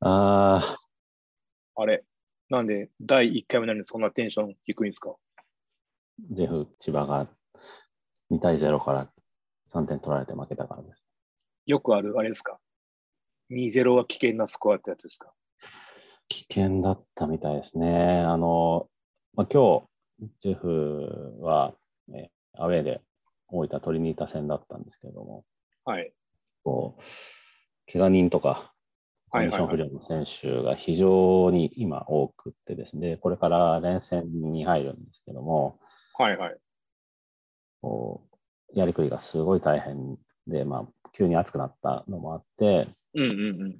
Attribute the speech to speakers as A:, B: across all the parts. A: ああ、
B: あれ。なんで、第1回目なのにそんなテンション低いんですか
A: ジェフ、千葉が2対0から3点取られて負けたからです。
B: よくある、あれですか ?2-0 は危険なスコアってやつですか
A: 危険だったみたいですね。あの、まあ、今日、ジェフは、ね、アウェーで大分トリニータ戦だったんですけれども、
B: はい。
A: こう怪我人とか、コンディション不良の選手が非常に今多くってですね、これから連戦に入るんですけども、
B: はいはい。
A: こうやりくりがすごい大変で、まあ、急に暑くなったのもあって、
B: うんうんうんうん。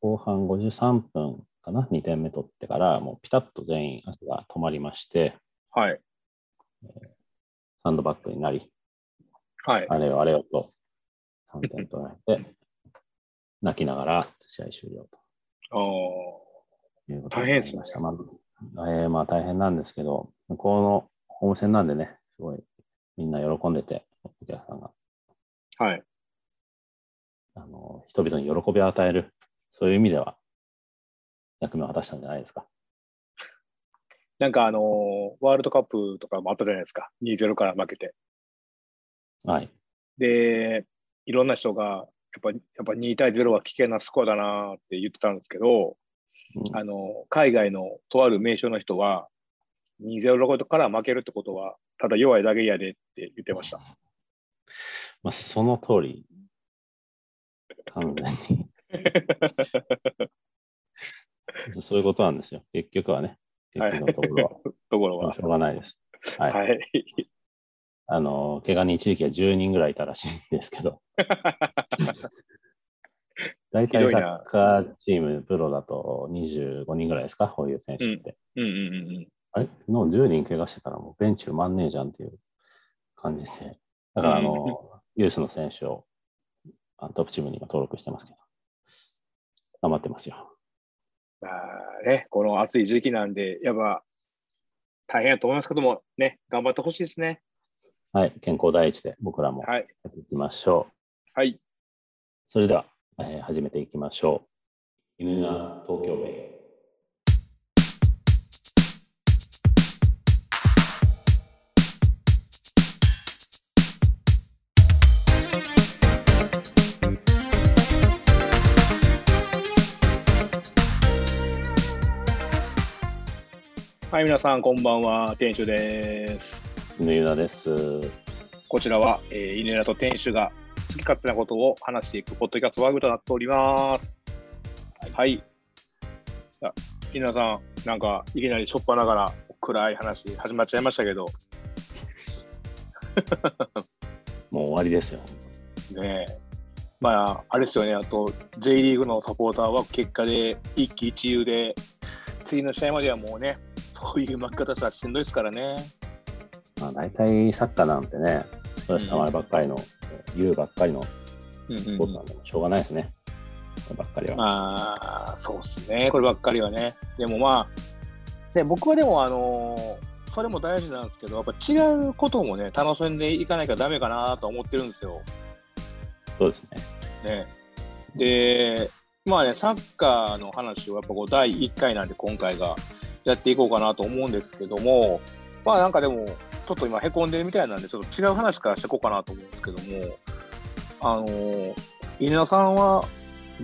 A: 後半53分かな、2点目取ってから、もうピタッと全員足が止まりまして、
B: はい。
A: サンドバックになり、
B: はい。
A: あれよあれよと3点取られて、泣きながら試合終了
B: ああ。
A: ということになりました。まあえーまあ大変なんですけど、向こうのホーム戦なんでね、すごいみんな喜んでて、お客さんが
B: はい。
A: あの人々に喜びを与える、そういう意味では役目を果たしたんじゃないですか。
B: なんかあのーワールドカップとかもあったじゃないですか。2-0から負けて。
A: はい。
B: で、いろんな人が、やっぱやっぱ2対0は危険なスコアだなーって言ってたんですけど、
A: うん
B: あの海外のとある名称の人は、2-0から負けるってことは、ただ弱いだけやでって言ってました。
A: まあ、その通り、完全 に。そういうことなんですよ。結局はね、結局のところは
B: ところ
A: もう
B: は
A: し。ょうがないです。はい。
B: はい。
A: あの、怪我人地域は10人ぐらいいたらしいんですけ ど。大体
B: ひどい
A: サ
B: な
A: ッカーチーム、プロだと25人ぐらいですか、こういう選手って。
B: うんうんうんうん。
A: あれの10人怪我してたらもうベンチ埋まんねえじゃんっていう感じで。だからあ
B: うん
A: の、ユースの選手をあのトップチームに今登録してますけど。頑張ってますよ。
B: まあね、この暑い時期なんで、やっぱ大変だと思いますけども、ね、頑張ってほしいですね。
A: はい、健康第一で僕らもや
B: はい。
A: っていきましょう。
B: はい。
A: それでは、えー始めていきましょう。犬な東京ベイ。
B: はい、皆さん、こんばんは。店主です。
A: 犬ゆなです。
B: こちらは、えー、犬屋と店主が好き勝手なことを話していくポッドキャストワーグとなっております。はい。あ犬屋さん、なんか、いきなりしょっぱながら暗い話始まっちゃいましたけど、
A: もう終わりですよ。
B: ねえ。まあ、あれですよね、あと、J リーグのサポーターは結果で一喜一憂で、次の試合まではもうね、そういう負け方したらしんどいですからね。
A: まあ、大体サッカーなんてね、ストレス溜まるばっかりの、言うばっかりのス
B: うん
A: ポーツなんで、しょうがないですね。こればっかりは。
B: まあ、そうですね、こればっかりはね。でもまあ、ね、僕はでも、あのーそれも大事なんですけど、やっぱ違うこともね、楽しんでいかなきゃダメかなと思ってるんですよ。
A: そうですね。
B: ね、で、まあね、サッカーの話をやっぱこう第1回なんで今回がやっていこうかなと思うんですけども、まあなんかでも、ちょっと今へこんでるみたいなんで、ちょっと違う話からしていこうかなと思うんですけども、あのー、稲田さんは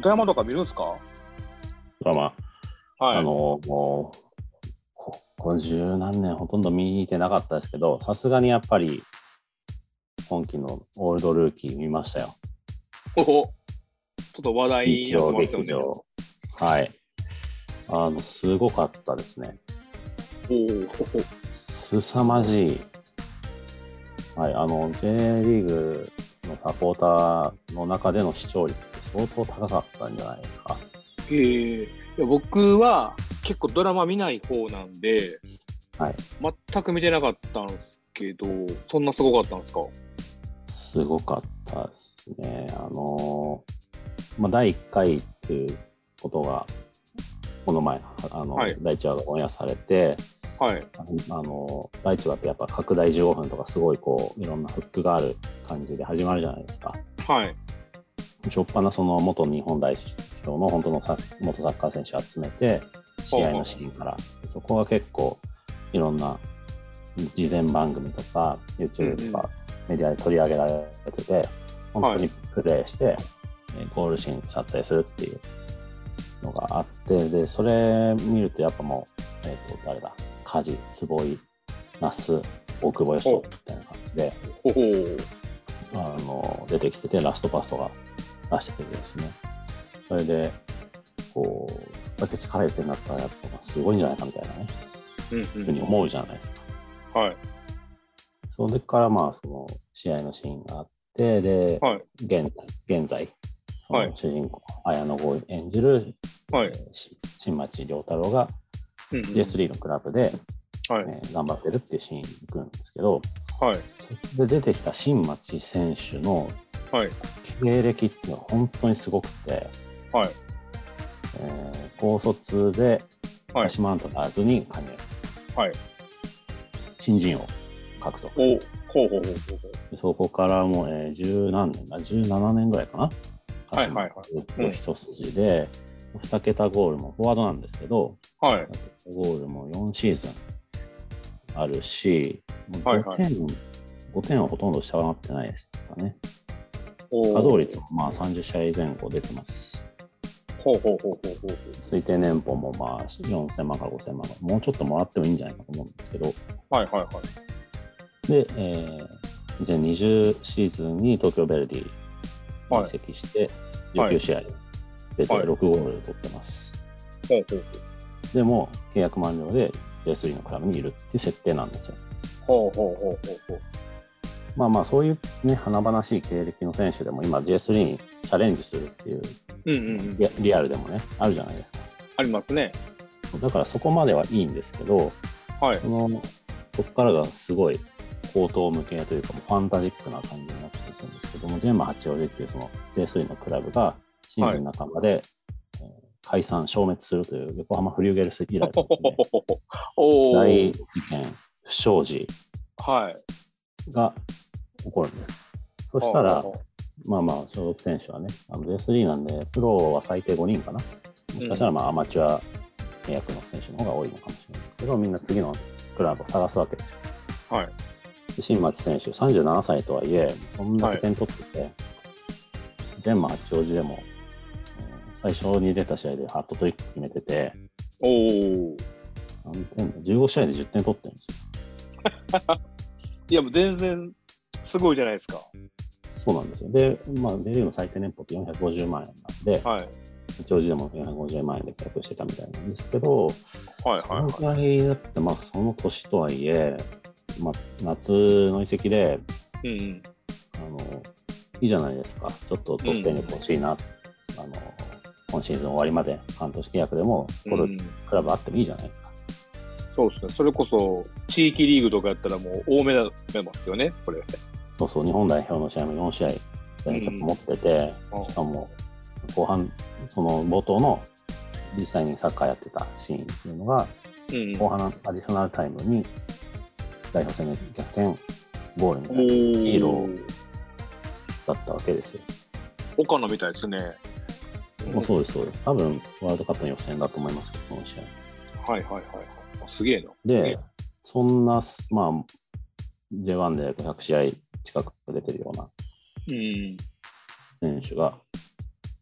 B: ドラマとか見るんですかはい。
A: ドラマ、あの、もう、ここ十何年ほとんど見てなかったですけど、さすがにやっぱり、今期のオールドルーキー見ましたよ。
B: おおちょっと話題に
A: 日
B: なって
A: 曜
B: ますよ
A: 劇
B: ね。お
A: 場。はい。あの、すごかったですね。
B: ー
A: すさまじい、はい、あの J リーグのサポーターの中での視聴率って相当高かったんじゃないですか。
B: えーいや僕は結構ドラマ見ない方なんで、
A: はい、
B: 全く見てなかったんですけど、そんなすごかったんですか
A: すごかったですね。あのまあ、第1回っていうことが、この前、あの
B: はい
A: 第1話がオンエアされて、
B: はい。
A: あの第1話ってやっぱ拡大15分とか、すごいこういろんなフックがある感じで始まるじゃないですか。
B: はい。
A: しょっぱなその元日本代表の本当のサッ元サッカー選手集めて、試合のシーンから、そこは結構いろんな事前番組とか、YouTube とかメディアで取り上げられてて、本当にプレーして、えーゴールシーン撮影するっていうのがあって、で、それ見るとやっぱもう、えっ、と、誰だ、梶、坪井、那須、大久保嘉人みたいな感じで、
B: ほほう。
A: あの出てきててラストパスとか出しててですねそれでこうそれだけ力入れてんだったらやっぱすごいんじゃないかみたいなね
B: うん
A: ふうに思うじゃないですか
B: うん。はい。
A: それからまあその試合のシーンがあってで、
B: はい
A: 現現在そ
B: はい
A: の主人公、綾野剛を演じる、
B: はい
A: え。ーし新町亮太郎が
B: うんうん
A: J3 のクラブで、
B: はい
A: え。ー頑張ってるっていうシーンに行くんですけど
B: はい。
A: そこで出てきた新町選手の
B: はい。
A: 経歴っていうのは本当にすごくて、
B: はい
A: えー高卒で
B: はい
A: 鹿島アントラーズに加入、
B: はい
A: 新人王獲得
B: おほうほうほうほうほう。
A: そこからもう、えー、10何年だ17年ぐらいかな
B: はいはいはい
A: ずっと一筋で、2桁ゴールもフォワードなんですけど
B: はい。
A: ゴールも4シーズンあるしもう
B: はいは
A: 5
B: い
A: 点、5点はほとんど下回ってないですかね
B: お
A: 稼働率もまあ30試合前後出てます
B: ほうほうほうほうほうほう。
A: 推定年俸もまあ4000万から5000万もうちょっともらってもいいんじゃないかと思うんですけど
B: はいはいはい。
A: で、えー、2020シーズンに東京ヴェルディ
B: はい
A: に移籍して
B: はい
A: 19試合出て
B: はい
A: 6ゴール取ってます、
B: ほうほう
A: でも契約満了で J3 のクラブにいるっていう設定なんですよ
B: ほう。ほうほうほうほうほう。
A: まあまあそういうね華々しい経歴の選手でも今 J3 にチャレンジするっていう
B: うんうんうん。
A: リアリアルでもねあるじゃないですか
B: ありますね。
A: だからそこまではいいんですけど、
B: はい。
A: そのここからがすごい高等無形というかもうファンタジックな感じになっていくんですけどもジェンマ八王子っていうその J3 のクラブがシーズン半ばで、えー解散消滅するという横浜フリューゲルス以来のです、ね、
B: おお。
A: 大事件不祥事
B: はい。
A: が起こるんですそしたら
B: ほうほうほ
A: まあまあ所属選手はねあの J3 なんでプロは最低5人かなもしかしたらまあアマチュア契約の選手の方が多いのかもしれないですけどみんな次のクラブを探すわけですよ
B: うはい。
A: 新町選手、37歳とはいえ、こんだけ点取ってて、ジェンマ八王子でも、えー最初に出た試合でハットトリック決めてて、
B: おお。
A: 何点だ15試合で10点取ってるんですよ。
B: いやもう全然すごいじゃないですか。
A: そうなんですよ。で、まあ、デリーグの最低年俸って450万円なんで、
B: はい。
A: 八王子でも450万円で契約してたみたいなんですけど、
B: はい
A: その
B: は
A: ぐらいだって、まあ、その年とはいえ、まあ、夏の移籍で、
B: いはい。うん
A: あの、いいじゃないですか。ちょっと得点力欲しいな、あの、今シーズン終わりまで半年契約でも、
B: う
A: こ
B: ん。
A: の
B: うん
A: クラブあってもいいじゃないか。
B: そうですね。それこそ地域リーグとかやったらもう多めだめますよね。これ。
A: そうそう、日本代表の試合も4試合、全局持ってて、
B: うん
A: しかも、後半、その冒頭の実際にサッカーやってたシーンっていうのが、
B: うん。
A: 後半のアディショナルタイムに、代表戦の逆転ゴールみたいなの
B: ヒ
A: ーローだったわけですよ。
B: 岡野みたいですね。
A: もうそうです、そうです。多分、ワールドカップの予選だと思いますけど、この試合。
B: はいはいはいはい。あすげえな。
A: で、そんな、まあ、J1 で500試合近く出てるような
B: うん。
A: 選手が、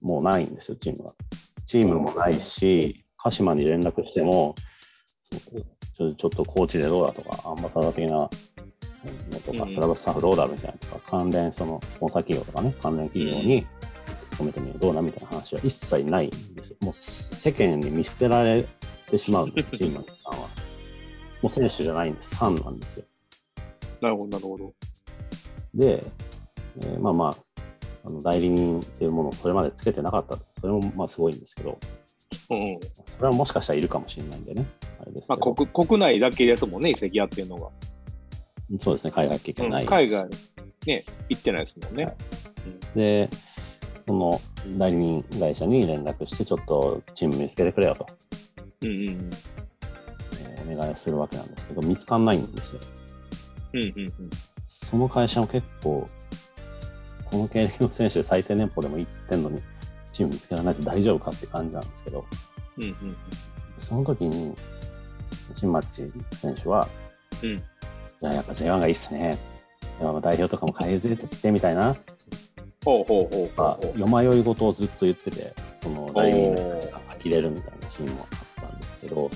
A: もうないんですよ、チームが。チームもないし、鹿島に連絡しても、ちょちょっとコーチでどうだとか、アンバサダー的なのとか、
B: うん
A: クラブスタッフどうだみたいなとか、関連、その、スポンサー企業とかね、関連企業に勤めてみるどうなみたいな話は一切ないんですよ。もう世間に見捨てられてしまうん です、チームさんは。もう選手じゃないんです、ファンなんですよ。
B: なるほどなるほど。
A: で、えーまあまあ、あの代理人っていうものをそれまでつけてなかった、それもまあすごいんですけど、
B: うんうん。
A: それはもしかしたらいるかもしれないんでね、あれです
B: ま
A: け
B: あ
A: ど、
B: 国国内だけですもんね、移籍やってるのが。
A: そうですね、海外経
B: う
A: 験
B: ん
A: ない、
B: 海外ね、行ってないですもんね。
A: はいで、その代理人会社に連絡して、ちょっとチーム見つけてくれよと、
B: うんうん
A: えーお願いするわけなんですけど、見つかんないんですよ。
B: うん。うんうんうん。
A: その会社も結構、この経歴の選手で最低年俸でもいいっつってんのに、チーム見つけられないと大丈夫かって感じなんですけど、
B: うんうん
A: その時に、新町選手は、
B: うん
A: いや、やっぱ J1 がいいっすね。J1 の代表とかも変えずれてきてみたいな、
B: ほうほうほう
A: ま
B: ほ
A: あ
B: うほう
A: よまよい事をずっと言ってて、その代理人たちが呆れるみたいなシーンもあったんですけど、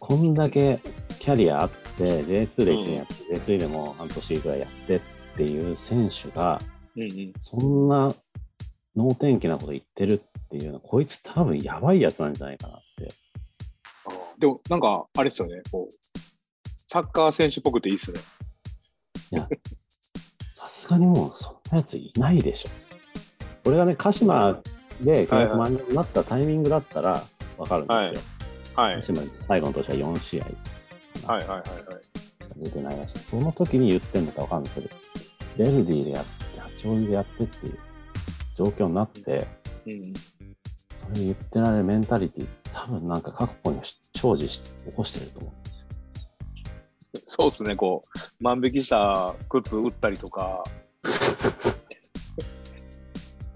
A: こんだけキャリアあって、J2 で1年やって、J3 でも半年ぐらいやってっていう選手が、
B: うんうん
A: そんな能天気なこと言ってるっていうのは、こいつ多分やばいやつなんじゃないかなって。
B: あーでも、なんか、あれですよね、こう、サッカー選手っぽくていいっすね。
A: さすがにもうそんなやついないでしょ。これがね、鹿島で契約満了になったタイミングだったら分かるんですよ。
B: はいは
A: 鹿
B: い。
A: 島最後の年は4試合し
B: はいはいはいはい。
A: か出てないらしい。その時に言ってんのか分かんないけど、ヴェルディでやって、八王子でやってっていう状況になって、
B: うん、
A: それ言ってられるメンタリティ、多分なんか過去に生じし起こしてると思うんですよ。
B: そうですね、こう、万引きした靴売ったりとか、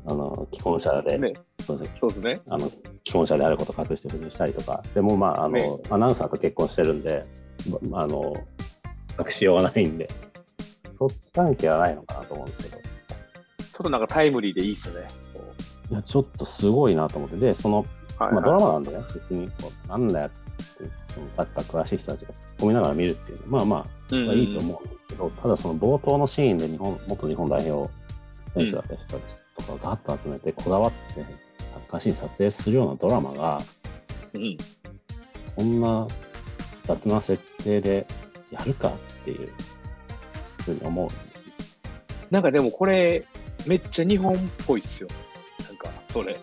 A: あの、既婚者で、
B: ね、
A: そうですね
B: そうですね。
A: あの既婚者であることを隠して赴任したりとか、でもまああの、
B: ね
A: アナウンサーと結婚してるんで、まあ、あの隠しようがないんで、そっち関係はないのかなと思うんですけど、
B: ちょっとなんかタイムリーでいいっすね。
A: いやちょっとすごいなと思って、で、その、
B: はい
A: まあ、ド
B: は
A: ラマなんでね、別にこう、なんだよって、そのサッカー詳しい人たちが突っ込みながら見るっていうのは、まあま
B: い。
A: あ、
B: うん
A: いいと思うんですけど、ただその冒頭のシーンで日本元日本代表選手だった人たちとかがガッと集めて、こだわって、サッカーシーン撮影するようなドラマが、
B: うん。
A: こんな雑な設定でやるかっていうふうに思うんですよ。
B: なんかでもこれ、めっちゃ日本っぽいっすよ。なんか、それ。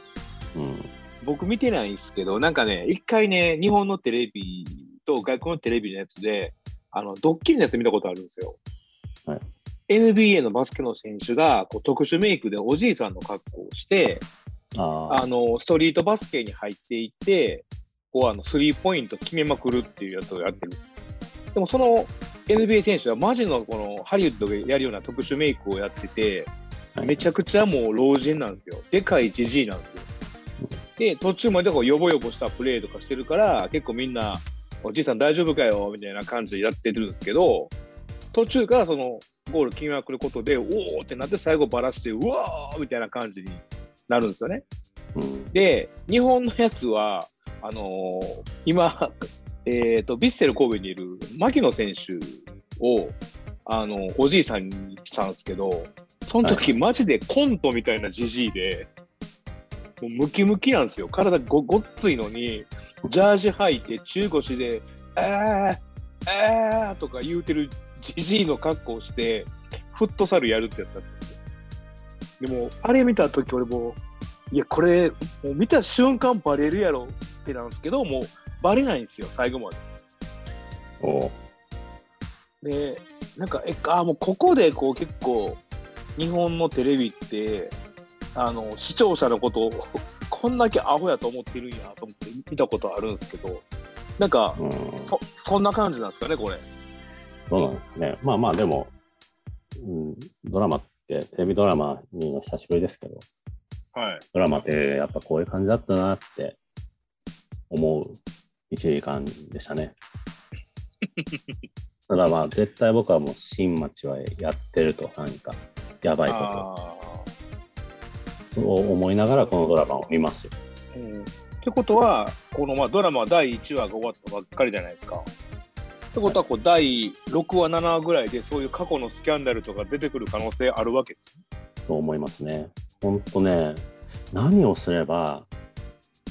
A: うん。
B: 僕見てないんですけど、なんかね、一回ね、日本のテレビと外国のテレビのやつで、あの、ドッキリのやつ見たことあるんですよ。
A: はい
B: NBA のバスケの選手がこう特殊メイクでおじいさんの格好をして、
A: あ
B: あの、ストリートバスケに入っていって、こう、あの、スリーポイント決めまくるっていうやつをやってる。でも、その NBA 選手はマジのこのハリウッドがやるような特殊メイクをやってて、
A: あ、
B: めち
A: ゃ
B: ゃくちゃもう老人なんですよ。でかいじじいなんですよ。で、途中までこう、よぼよぼしたプレーとかしてるから、結構みんな、おじいさん大丈夫かよみたいな感じでやってるんですけど、途中からそのゴール決めまくることで、おーってなって最後バラして、うわーみたいな感じになるんですよね。
A: うん。
B: で、日本のやつは、あのー今、 えーと、ヴィッセル神戸にいる牧野選手を、あのおじいさんにしたんですけど、その時、マジでコントみたいなじじいで、もうムキムキなんですよ。体ごごっついのに、ジャージ履いて、中腰で、あー、あーとか言うてるじじいの格好をして、フットサルやるってやつだったんですよ。でも、あれ見た時俺もう、いや、これ、もう見た瞬間バレるやろってなんですけど、もうバレないんですよ、最後まで。
A: おう
B: で、なんか、え、あーもうここでこう結構、日本のテレビって、あの、視聴者のことを、こんだけアホやと思ってるんやと思って見たことあるんですけど、なんか、
A: うん。
B: そそんな感じなんですかね、これ。
A: どうなんですかね。まあまあ、でも、うん、ドラマって、テレビドラマ見るの久しぶりですけど、
B: はい。
A: ドラマってやっぱこういう感じだったなって思う一時間でした ね。ただまあ、絶対僕はもう、新町はやってると、何か、やばいことを
B: ああ。
A: そう思いながらこのドラマを見ますよ。
B: うんってことは、このまあドラマ第1話が終わったばっかりじゃないですか。ってことはこう、第6話、7話ぐらいで、そういう過去のスキャンダルとか出てくる可能性あるわけです。
A: と思いますね。ほんとね、何をすれば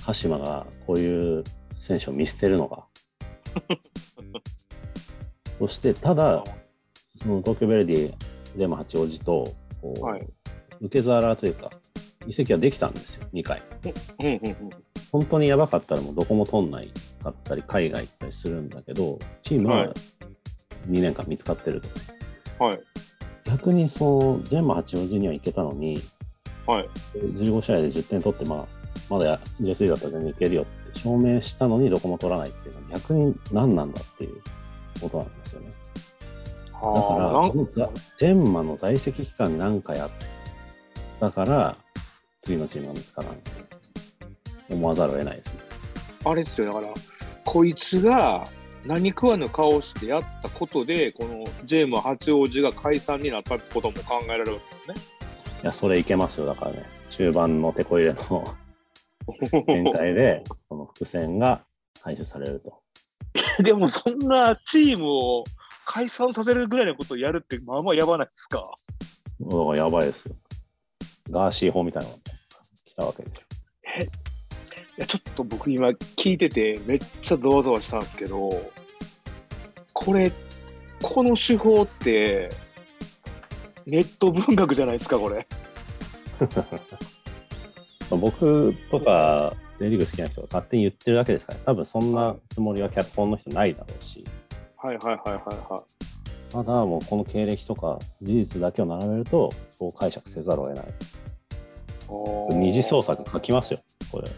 A: 鹿島がこういう選手を見捨てる のか。そして、ただ、その東京ヴェルディでも八王子とこう、
B: はい
A: 受け皿というか、移籍はできたんですよ、2回。
B: うんうんうん。
A: 本当にやばかったらもうどこも取んないかったり、海外行ったりするんだけど、チーム
B: は
A: はい2年間見つかってると。
B: はい。
A: 逆にそう、ジェンマ八王子には行けたのに、
B: はい。
A: 15試合で10点取って、まあ、まだ J3 だったら全然いけるよって証明したのにどこも取らないっていうのは逆に何なんだっていうことなんですよね。だか
B: は
A: ら、
B: あ、なん
A: このザジェンマの在籍期間に何回あったから、次のチームが見つからん思わざるを得ないですね。
B: あれですよ、だから、こいつが何食わぬ顔してやったことで、このジェーム八王子が解散になったってことも考えられるんですよね。
A: いや、それいけますよ、だからね、中盤の手こ入れの 展開で、その伏線が回収されると。
B: でも、そんなチームを解散させるぐらいのことをやるって、まあまあやばないですか。
A: だからやばいですよ。ガーシー法みたいなのが来たわけでしょ。
B: いやちょっと僕今聞いててめっちゃドワドワしたんですけどこれこの手法ってネット文学じゃないですかこれ
A: 僕とか J リーグ好きな人が勝手に言ってるだけですから、ね、多分そんなつもりは脚本の人ないだろうし、
B: はいはいはいはいは
A: ただもうこの経歴とか事実だけを並べると、そう解釈せざるを得ない。
B: いおー
A: 二次創作書きますよ、これ。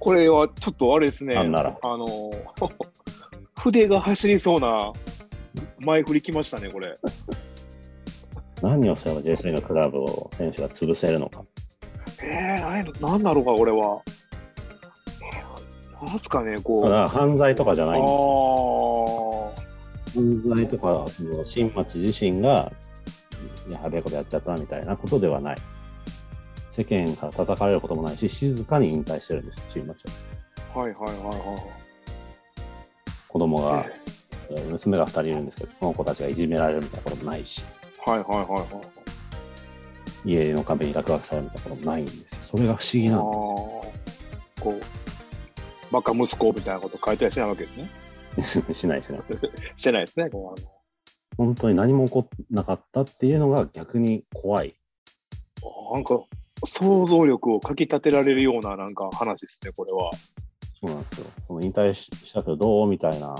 B: これはちょっとあれですね
A: なんなら
B: あの 筆が走りそうな前振りきましたねこれ
A: 何をすれば J3 のクラブを選手が潰せるのか。
B: えー、あれなんだろうかこれはえーなんすかねこう
A: ただ犯罪とかじゃ
B: あ
A: ないんですよ。
B: ー
A: 犯罪とか、その新町自身がやべえことやっちゃったみたいなことではない。世間から叩かれることもないし、静かに引退してるんですよ、新町は。
B: はいはいはいはい
A: 子供が
B: え、
A: えー娘が2人いるんですけど、この子たちがいじめられるみたいなこともないし、
B: はいはいはいはい。
A: 家の壁に落書きされるみたいなこともないんですよ。それが不思議
B: あ
A: な
B: あ
A: んですよ。
B: こう、バカ息子みたいなこと書いてはしないわけですね。
A: しないしない。
B: してないですね、こう
A: 本当に何も起こらなかったっていうのが逆に怖い。
B: あのなんか、想像力をかきたてられるようななんか話ですね、これは。
A: そうなんですよ。その引退ししたけどどうみたいな、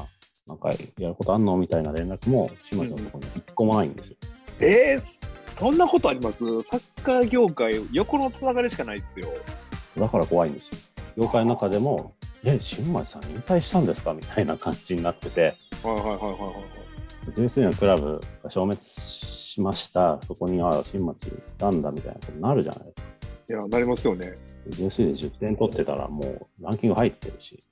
A: なんかやることあんのみたいな連絡も、島地のところに一個もないんですよ。
B: えー、そんなことありますサッカー業界、横のつながりしかないですよ。
A: だから怖いんですよ。業界の中でも、え、新町さん引退したんですかみたいな感じになってて、
B: はいはいはいはいはいはい。
A: J3 のクラブが消滅しました、そこには新町行ったんだみたいなことになるじゃないですか。
B: いや、なりますよね。
A: J3 で10点取ってたら、もうランキング入ってるし、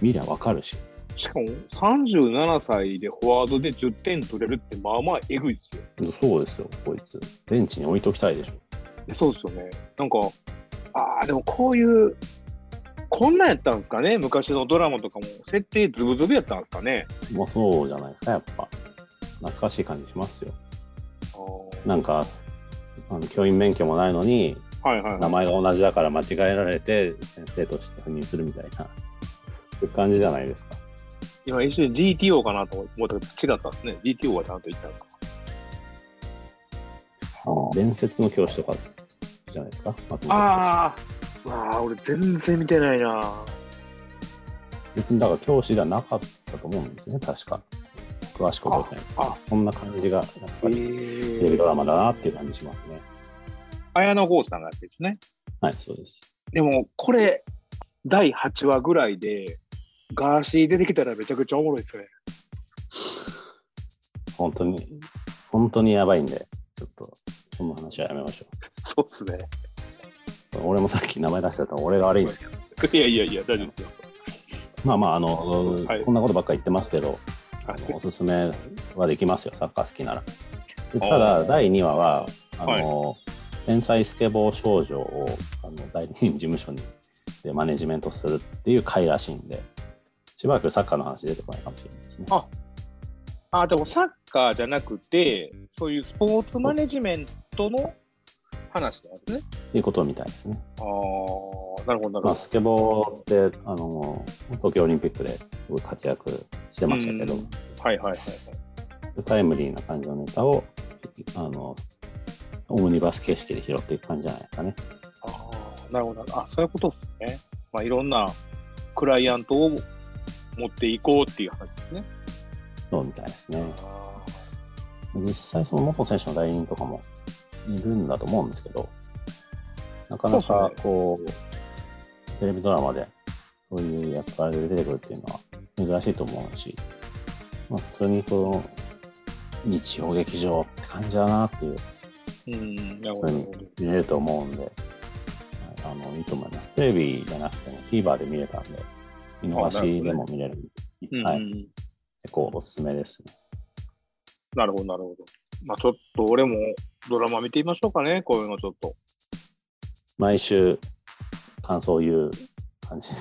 A: 見りゃわかるし、
B: しかも、37歳でフォワードで10点取れるって、まあまあえぐいですよ。
A: そうですよ、こいつ。ベンチに置いときたいでしょ。
B: そうですよね。なんか、ああ、でもこういう、こんなんやったんですかね、昔のドラマとかも、設定ズブズブやったんですかね。
A: まあそうじゃないですか、やっぱ。懐かしい感じしますよ。なんか、あの教員免許もないのに、
B: はいはい
A: 名
B: はい。
A: 前が同じだから間違えられて、先生として赴任するみたいな、そういう感じじゃないですか。
B: 今、一瞬 GTO かなと思ったけど、違ったんですね。GTO はちゃんと言ったのか。
A: 伝説の教師とかじゃないですか。松本教
B: ああ、わあ、俺全然見てないな。
A: 師別にだから教師ではなかったと思うんですね、確か。詳しく覚えてない。
B: あ、
A: こんな感じが、やっ
B: え
A: ぱりテレビドラマだなっていう感じしますね。
B: 綾野剛さんがやってるんですね。
A: はい、そうです。
B: でも、これ、第8話ぐらいで、ガーシー出てきたらめちゃくちゃおもろいですね。
A: 本当に、本当にやばいんで、ちょっと、その話はやめましょう。
B: そうですね。
A: 俺もさっき名前出しちゃったら俺が悪いんですけど、
B: いやいやいや、大丈夫ですよ。
A: まあまあ、あの、
B: はい
A: こんなことばっかり言ってますけど、
B: はい
A: あのおすすめはできますよ、サッカー好きなら。でただ、第2話は、あの、天才スケボー少女をあの代理人事務所にでマネジメントするっていう回らしいんで、しばらくサッカーの話出てこないかもしれないですね。
B: ああ、でもサッカーじゃなくて、そういうスポーツマネジメントの話なんですね。
A: っていうことみたいですね。
B: ああ、なるほど、なる
A: ま
B: ほ
A: あ、スケボーって、あの、東京オリンピックですごい活躍してましたけど、
B: うんど。はいはいはいはい。
A: タイムリーな感じのネタをあのオムニバス形式で拾っていく感じじゃないですかね。
B: ああ、なるほど。あそういうことですね。まあ、いろんなクライアントを持っていこうっていう話ですね。
A: そうみたいですね。
B: あ
A: 実際その元選手の代理人とかもいるんだと思うんですけど、なかな
B: そう
A: か
B: で
A: こうテレビドラマでそういう役割で出てくるっていうのは珍しいと思うし、まあ、普通にこう日曜劇場って感じだなっていう
B: ーうん、なるほど。なるほど
A: 見れると思うんで、あのいいと思います。テレビじゃなくても TVer で見れたんで、見逃しでも見れるんで、
B: うん
A: はい、
B: うん
A: 結構おすすめですね。
B: なるほど、なるほど。まあ、ちょっと俺もドラマ見てみましょうかね、こういうのちょっと。
A: 毎週感想を言う感じで。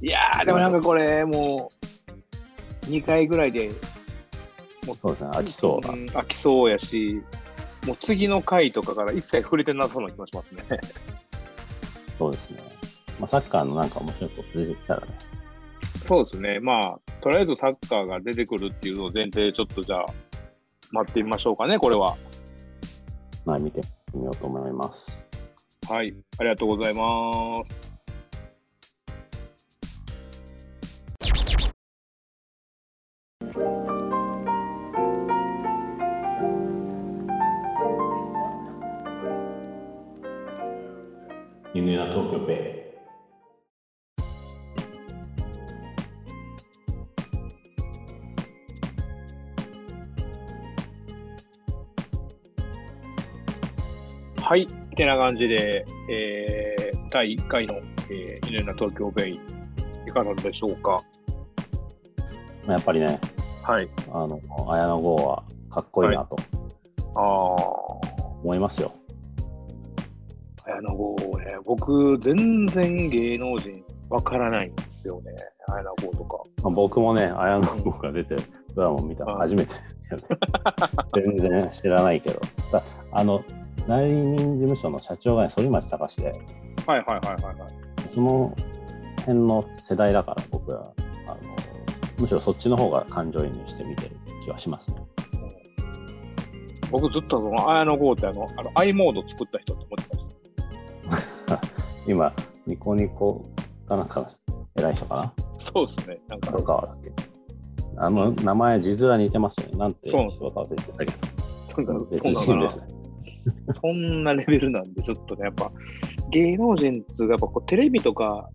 B: いやー、でもなんかこれ、もう、2回ぐらいで
A: そうですね、飽きそうな。
B: ん飽きそうやし、もう次の回とかから一切触れてなさそうな気がします ね。
A: そうですね。まあ、サッカーのなんか面白いこと出てきたらね。
B: そうですね。まあ、とりあえずサッカーが出てくるっていうのを前提、ちょっとじゃあ、待ってみましょうかね、これは。
A: まあ、見てみようと思います。
B: はい、ありがとうございます。
A: 犬や東京ペ
B: はい、てな感じで、えー第1回の、えー、犬な東京ベイ、いかがでしょうか。
A: イ。まあ、やっぱりね、
B: はい。
A: あの、綾野剛はかっこいいなと
B: ああ。
A: 思いますよ。
B: 綾野剛ね、僕、全然芸能人わからないんですよね、綾野剛とか。
A: まあ、僕もね、綾野剛が出てるドラマを見たの初めてですけどね。全然知らないけど。だあの、代理人事務所の社長がね、反町隆史で、
B: はいはいはいはい、はい。
A: その辺の世代だから、僕は、あの、むしろそっちの方が感情移入して見てる気はしますね。
B: 僕、ずっとその綾野剛ってあの、あの i モード作った人って思ってまし
A: 今、ニコニコかなんか、偉い人かな
B: た。そうですね、なんか、
A: 黒川だっけあの、名前、字面似てますよね。なんて
B: そう
A: 人だか忘れてたけ
B: なん
A: ど、
B: か
A: 別
B: そうなの
A: 人で
B: かな
A: すね。
B: そんなレベルなんで、ちょっとね、やっぱ、芸能人っていうか、やっぱこうテレビとか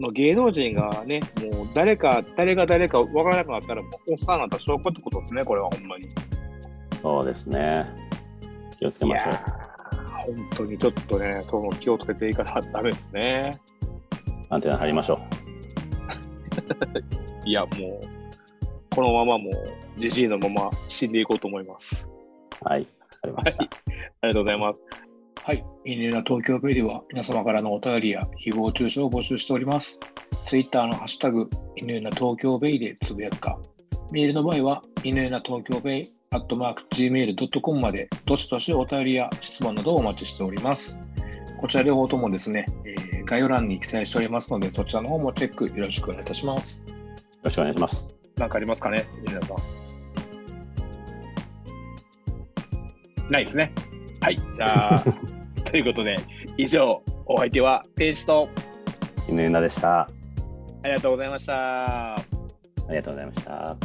B: の芸能人がね、もう誰か、誰が誰かわからなくなったら、もうおっさんになった証拠ってことですね、これはほんまに。
A: そうですね。気をつけ
B: い
A: ましょう
B: や。ー本当にちょっとね、その気をつけていかな ダメですね。
A: アンテナ張りましょう。
B: いや、もう、このままもう、じじいのまま死んでいこうと思います。
A: はい、わかりました。
B: ありがとうございます。
C: はい。犬な東京ベリーは皆様からのお便りや誹謗中傷を募集しております。ツイッターのハッシュタグ、犬な東京ベイでつぶやくか、メールの場合は、犬な東京ベイ、アットマーク、gmail.com まで、どしどしお便りや質問などをお待ちしております。こちら両方ともですね、えー概要欄に記載しておりますので、そちらの方もチェックよろしくお願いいたします。
A: よろしくお願いします。
B: なんかありますかね、皆さん。ないですね。はい、じゃあ、ということで、以上、お相手は、天使と、
A: 犬ゆなでした。あ
B: ありがとうございました。
A: りがとうございました。